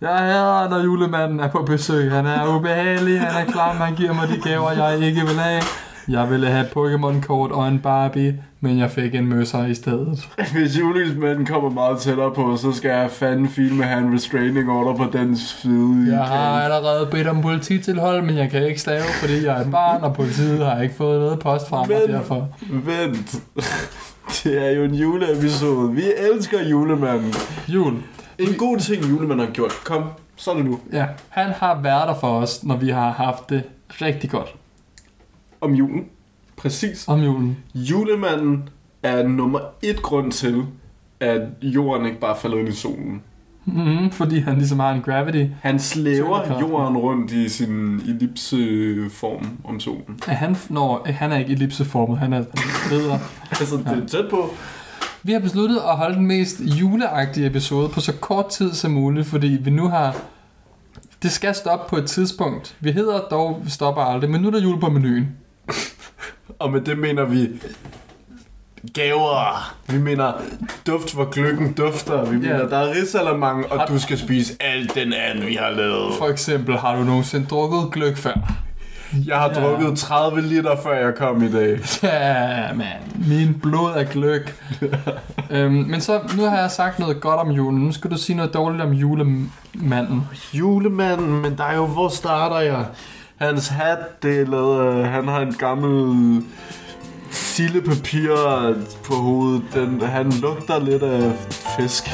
Jeg hader, når julemanden er på besøg. Han er ubehagelig, han er klam, han giver mig de gaver, jeg ikke vil have. Jeg ville have et Pokémon-kort og en Barbie, men jeg fik en møsser i stedet. Hvis julemanden kommer meget tættere på, så skal jeg fanden filme have en restraining order på den side. Jeg har allerede bedt om polititilhold, men jeg kan ikke stave, fordi jeg er et barn, og politiet har ikke fået noget post fra mig Men- derfor. Vent. Det er jo en juleepisode. Vi elsker julemanden. Jul. En god ting, julemanden har gjort. Kom, så er det nu. Ja, han har været der for os, når vi har haft det rigtig godt Om julen. Præcis. om julen. Julemanden er nummer et grund til, at jorden ikke bare falder ind i solen. Mm, fordi han ligesom har en gravity. Han slæver Tyngdekraften. jorden rundt i sin ellipseform om solen. Er han, når, han er ikke ellipseformet, han er han bedre. Altså, det er tæt på. Vi har besluttet at holde den mest juleagtige episode på så kort tid som muligt, fordi vi nu har... Det skal stoppe på et tidspunkt. Vi hedder dog Vi Stopper Aldrig, men nu er der jul på menuen. Og med det mener vi gaver. Vi mener duft, hvor gløggen dufter. Vi mener, Ja. der er risalamang, og du skal spise alt den anden, vi har lavet. For eksempel, har du nogensinde drukket gløk før? Jeg har Ja. drukket 30 liter, før jeg kom i dag. Ja, man. Min blod er gløk. øhm, men så, nu har jeg sagt noget godt om julen. Nu skal du sige noget dårligt om julemanden. Julemanden, men der er jo, hvor starter jeg? Hans hat, det er lavet, af- han har en gammel sillepapir på hovedet. Den, han lugter lidt af fisk.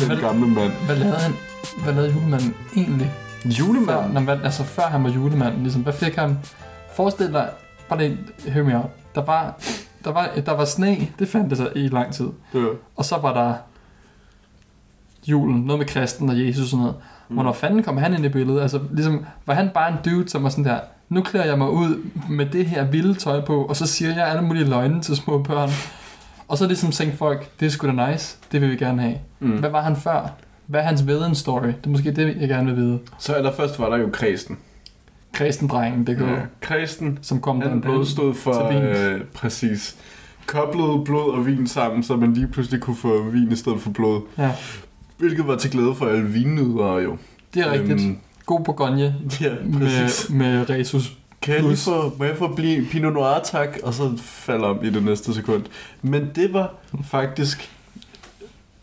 Den Vel- gamle mand. Hvad lavede han? Hvad lavede julemanden egentlig? Før, Julemanden? når, man- altså før han var julemanden, ligesom, hvad fik han? Forestil dig, bare lige, hør mig op. Der var, der var, der var sne, det fandt det sig i lang tid. Ja. Og så var der julen, noget med kristen og Jesus og sådan noget. Mm. Hvornår fanden kom han ind i billedet? Altså, ligesom, var han bare en dude, som var sådan der, nu klæder jeg mig ud med det her vilde tøj på, og så siger jeg alle mulige løgne til små børn. Og så ligesom tænkte folk, det er sgu da nice, det vil vi gerne have. Mm. Hvad var han før? Hvad er hans veden story? Det er måske det, jeg gerne vil vide. Så allerførst var der jo kredsen. Kristendrengen, det går. Ja. Kristen, Som kom den han, blod. han stod for, til vin. øh, præcis, koblede blod og vin sammen, så man lige pludselig kunne få vin i stedet for blod. Ja, Hvilket var til glæde for alle vinnydere jo. det er rigtigt. Øhm, God Bourgogne ja, præcis. med, med Resus. Kan jeg lige Plus. få, må jeg få blive Pinot Noir, tak? Og så falder om i det næste sekund. Men det var faktisk...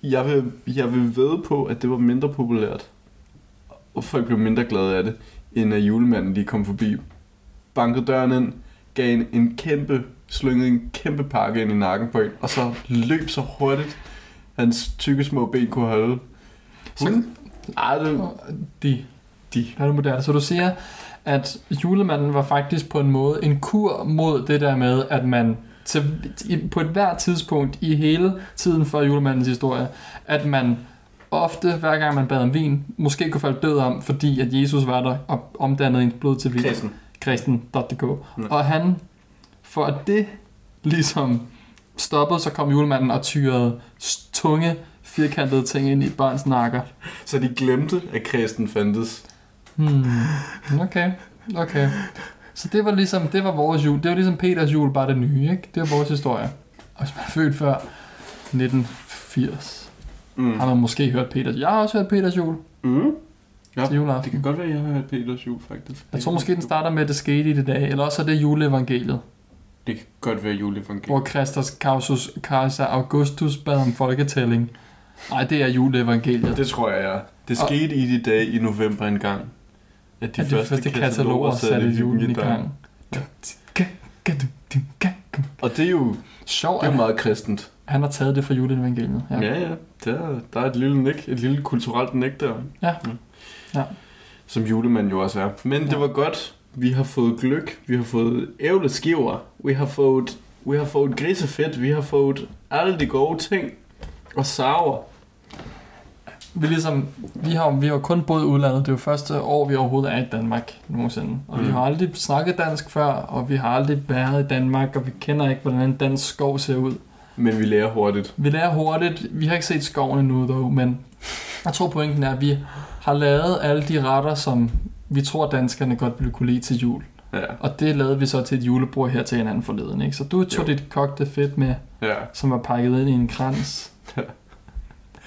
Jeg vil, jeg vil ved på, at det var mindre populært. Og folk blev mindre glade af det, end at julemanden lige kom forbi. Bankede døren ind, gav en, en kæmpe, slyngede en kæmpe pakke ind i nakken på en, og så løb så hurtigt, hans tykke små ben kunne holde. Så- Ej, det, De. De. Er det moderne? Så du siger, at julemanden var faktisk på en måde en kur mod det der med, at man til, i- på et hvert tidspunkt i hele tiden før julemandens historie, at man ofte, hver gang man bad om vin, måske kunne falde død om, fordi at Jesus var der og omdannede ens blod til vin. Kristen. Kristen.dk. Ja. Og han, for at det ligesom stoppede, så kom julemanden og tyrede s- tunge, firkantede ting ind i børns nakker. så de glemte, at kristen fandtes. Hmm. Okay, okay. Så det var ligesom, det var vores jul. Det var ligesom Peters jul, bare det nye, ikke? Det var vores historie. Og hvis man er født før 1980, Mm. har man måske hørt Peters. Jeg har også hørt Peters jul Mm. Ja, til Det juleaften. kan godt være, at jeg har hørt Peters jul, faktisk. Jeg tror måske, den starter med, at det skete i det dag, eller også er det juleevangeliet, Det kan godt være juleevangeliet. hvor Christus Causus Kaiser Augustus bad om folketælling. Nej, det er juleevangeliet. Det tror jeg, ja. Det Og- skete i de dage i november engang. At De, de første, første kataloger satte julen i gang. Og det er jo, Sjov, det er at jo meget kristent. han har taget det fra juleevangeliet. Ja, ja. Der, der er et lille nik, et lille kulturelt nik der. Ja. Ja. Som julemanden jo også er. Men Ja. det var godt. Vi har fået gløk. Vi har fået ævleskiver. Vi har fået, vi har fået grisefedt. Vi har fået alle de gode ting. Og sauer. vi ligesom, vi har, vi har kun boet i udlandet, det er jo første år, vi overhovedet er i Danmark nogensinde. Og mm. vi Mm. har aldrig snakket dansk før, og vi har aldrig været i Danmark, og vi kender ikke, hvordan en dansk skov ser ud. Men vi lærer hurtigt. Vi lærer hurtigt, vi har ikke set skoven endnu, dog, men jeg tror pointen er, at vi har lavet alle de retter, som vi tror, danskerne godt ville kunne lide til jul. Ja, Og det lavede vi så til et julebord her til en anden forleden, ikke? Så du tog Jo. dit kogte fedt med, ja. som var pakket ind i en krans. Ja.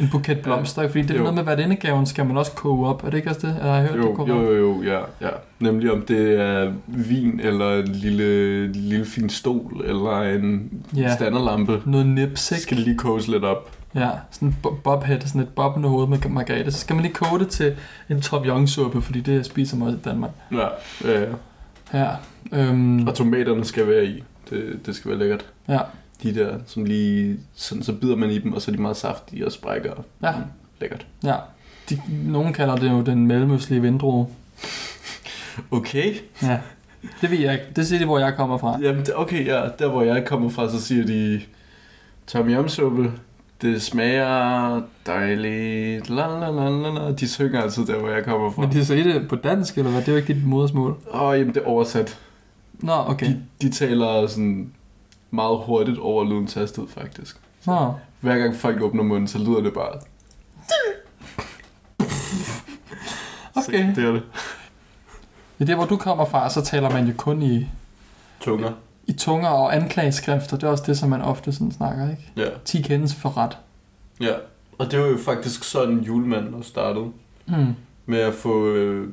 En buket blomster, ikke? fordi det er Jo. noget med, hvad indegaven skal man også koge op. Er det ikke også det? Jeg har hørt det Jo, korrekt. jo, jo, jo, ja, ja. Nemlig om det er vin, eller en lille, lille fin stol, eller en Ja. ja. standerlampe. Noget nips, Det ikke? skal lige koges lidt op. Ja, sådan en bo- bobhead, sådan et bobbende hoved med margate. Så skal man lige koge det til en toppjongsuppe, fordi det spiser man også i Danmark. Ja, ja, ja. Ja, øhm, Og tomaterne skal være i. Det, det skal være lækkert. Ja. De der, som lige... Sådan, så bider man i dem, og så er de meget saftige og sprækker. Ja. Mm, Lækkert. ja. De, nogen kalder det jo den mellemøstlige vindrue. Okay. Ja, det ved jeg ikke. Det siger det, hvor jeg kommer fra. Jamen, det- okay, ja. Der, hvor jeg kommer fra, så siger de... Tom Yum suppe. Det smager dejligt. La, la, la, la, la. De synger altid der, hvor jeg kommer fra. Men de siger det på dansk, eller hvad? Det er jo ikke dit modersmål. Åh, oh, jamen det er oversat. Nå, Ah, okay. De, de taler sådan meget hurtigt over lyden tastet, faktisk. Nå. Hver gang folk åbner munden, så lyder det bare... Okay. Så, det er det. I det, hvor du kommer fra, så taler man jo kun i, Tunger. i tunger og anklageskrifter. Det er også det, som man ofte sådan snakker, ikke? Ja. 10 kendes for ret. ja. Og det var jo faktisk sådan, julemanden også startede. Mm. Med at få øh,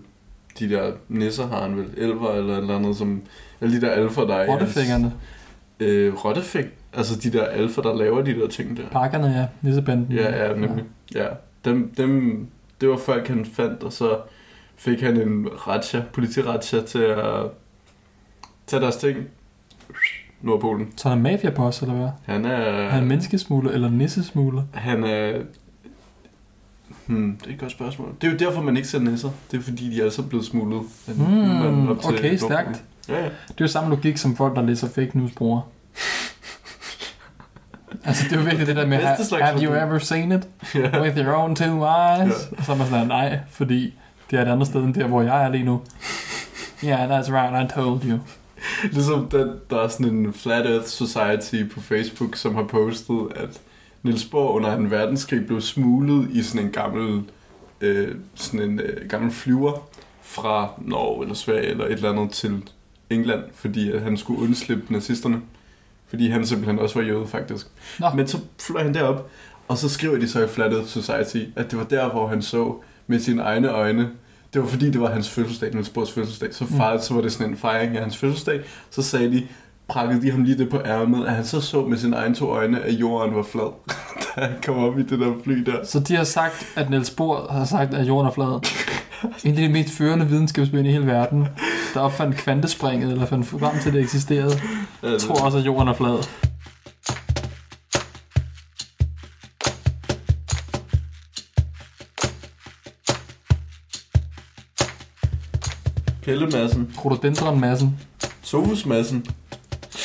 de der nisser, har han vel, elver eller et eller andet, som... Alle de der alfa, der er i hans- Rottefingerne, Øh, rottefing. Altså de der alfa, der laver de der ting der. pakkerne, ja. Nissebanden. Ja, ja, nemlig. Ja. Dem, dem, det var folk, han fandt, og så fik han en razzia, politirazzia til at tage deres ting. Nordpolen. Så er han mafiaboss, eller hvad? Han er... Er han menneskesmugler eller nissesmugler? han er... Hmm, det er et godt spørgsmål. Det er jo derfor, man ikke ser nisser. Det er fordi, de er altså blevet smuglet. af Mm, manden op til okay, Nordpolen. stærkt. Ja, ja. Det er jo samme logik, som folk, der læser fake news, bruger. altså, det er jo virkelig det der med, Bedste have, slags have you logik." ever seen it ja. with your own two eyes? Og så er man sådan, nej, fordi det er et andet sted end der, hvor jeg er lige nu. Yeah, that's right, I told you. Ligesom den, der er sådan en Flat Earth Society på Facebook, som har postet, at Niels Bohr under en verdenskrig blev smuglet i sådan en gammel, øh, sådan en, øh, gammel flyver fra Norge eller Sverige eller et eller andet til England, fordi at han skulle undslippe nazisterne. Fordi han simpelthen også var jøde, faktisk. Nå. Men så fløj han derop, og så skriver de så i Flat Earth Society, at det var der, hvor han så med sine egne øjne. Det var fordi, det var hans fødselsdag, Niels Bohrs fødselsdag. Så, fejrede, så var det sådan en fejring af hans fødselsdag. Så sagde de, prakkede de ham lige det på ærmet, at han så så med sine egne to øjne, at jorden var flad, da han kom op i det der fly der. Så de har sagt, at Niels Bohr har sagt, at jorden er flad. En af de mest førende videnskabsmænd i hele verden, der opfandt kvantespringet, eller fandt frem til, at det eksisterede, tror også, at jorden er flad. Pellemassen. Rhododendron-massen. Sofusmassen.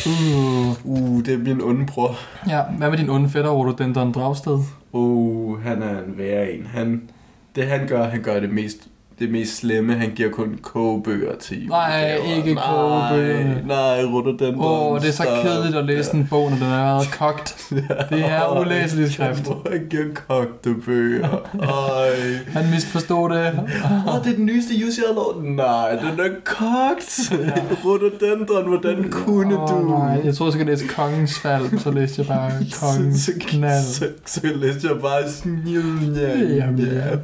Uh. Uh, det er min onde bror. Ja, hvad med din onde fætter, Rhododendron Dragsted? Uh, han er en værre en. Han, det han gør, han gør det mest det mest slemme, han giver kun kogebøger til Nej, julegaver. ikke nej, kogebøgerne. Nej, rutter den Åh, oh, det er så kedeligt at læse en bog, når den er allerede kogt. Det er ulæselig skrift. Jeg giver kogte bøger. Ej. Han misforstod det. Åh, det er den nyeste Jussi Adler. Nej, den er kogt. Rhododendron, hvordan kunne Åh, du? nej. Jeg troede, jeg skulle læse Kongens Fald, så læste jeg bare Kongens så, Knald. så, så, så læste jeg bare snivn. Jamen, ja.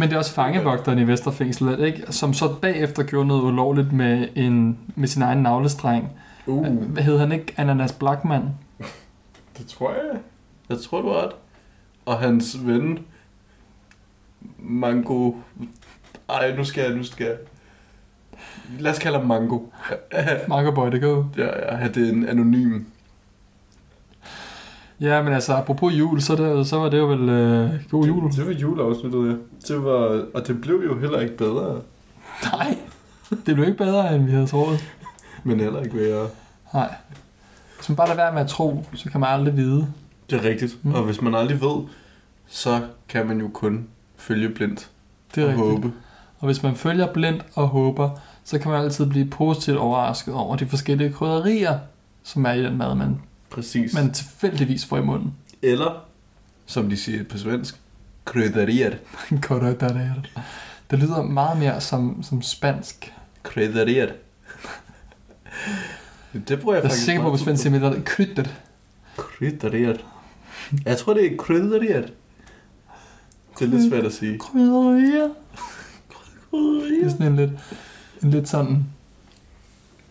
Men det er også fangevogteren i Vesterfængslet, ikke? som så bagefter gjorde noget ulovligt med, en, med sin egen navlestreng. Uh, Hvad hed han ikke? Ananas Blackman? det tror jeg. Jeg tror, du har ret. Og hans ven, Mango... Ej, nu skal jeg, nu skal jeg. Lad os kalde ham Mango. Marco Boy, det går. Ja, ja, det er en anonym. Ja, men altså, apropos jul, så, der, så var det jo vel øh, god jul. Det, det var juleafsnittet, ja. Det var, og det blev jo heller ikke bedre, Nej, det blev ikke bedre, end vi havde troet. men heller ikke værre. Nej. Hvis man bare lader være med at tro, så kan man aldrig vide. Det er rigtigt. Mm. Mm. Og hvis man aldrig ved, så kan man jo kun følge blindt Det er og rigtigt. håbe. Og hvis man følger blindt og håber, så kan man altid blive positivt overrasket over de forskellige krydderier, som er i den mad, man, Præcis. Men... man tilfældigvis får i munden. Eller, som de siger på svensk, krydderier. Krydderier. Det lyder meget mere som, som spansk. Krydderier. det bruger jeg, Jeg er faktisk sikker på, meget hvis man tid siger, at det er krydder. Krydderier. Jeg tror, det er krydderier. Det er lidt svært at sige. Krydderier. Det er sådan en lidt, en lidt sådan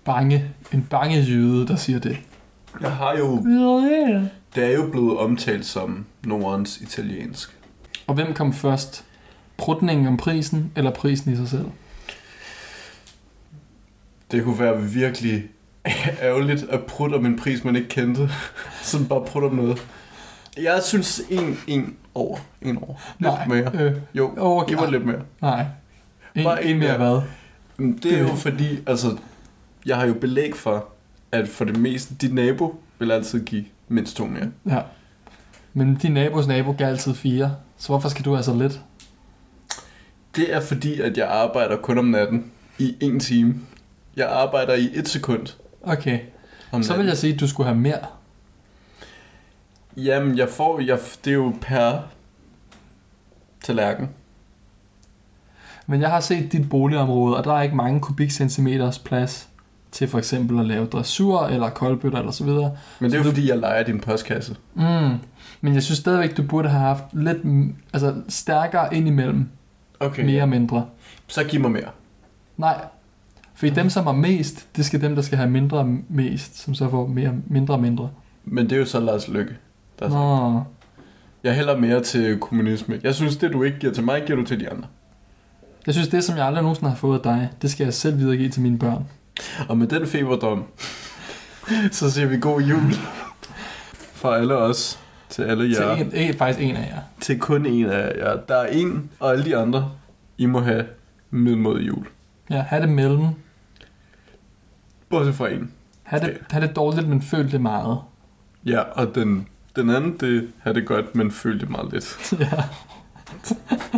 bange, en bange jyde, der siger det. Jeg har jo... Krydderier. Det er jo blevet omtalt som Nordens italiensk. Og hvem kom først? Prutningen om prisen, eller prisen i sig selv? Det kunne være virkelig ærgerligt at prutte om en pris, man ikke kendte. Sådan bare prutte om noget. Jeg synes en, en over. En over. Lidt mere. Øh, Jo, okay. giv mig lidt mere. Nej. En, Bare en en mere mere. hvad? Men Det er jo Mm, Det- fordi, altså, jeg har jo belæg for, at for det meste, dit nabo vil altid give mindst to mere. Ja. Men din nabos nabo gav altid fire. Så hvorfor skal du altså lidt? Det er fordi, at jeg arbejder kun om natten i en time. Jeg arbejder i et sekund Okay. om Så natten. vil jeg sige, at du skulle have mere. Jamen, jeg får, jeg, det er jo per tallerken. Men jeg har set dit boligområde, og der er ikke mange kubikcentimeters plads til for eksempel at lave dressur eller koldbøtter eller så videre. Men det er jo Så du- fordi, jeg leger din postkasse. Mm. Men jeg synes stadigvæk, du burde have haft lidt mm, altså, stærkere indimellem, Okay. mere og mindre. Så giv mig mere. Nej, fordi dem, som har mest, det skal dem, der skal have mindre og mest, som så får mere, mindre og mindre. Men det er jo så Lars Lykke. Der Nå. Nå, Jeg hælder mere til kommunisme. Jeg synes, det du ikke giver til mig, giver du til de andre. jeg synes, det, som jeg aldrig nogensinde har fået af dig, det skal jeg selv videregive til mine børn. Og med den feberdom, så siger vi god jul. For alle os. Til alle jer. Til en, eh, faktisk en af jer. Til kun en af jer. Der er en, og alle de andre, I må have middelmåde jul. Ja, have det mellem. Bortset fra en. Ha' det, ha' det dårligt, men føl det meget. Ja, og den, den anden, det har det godt, men føl det meget lidt. ja.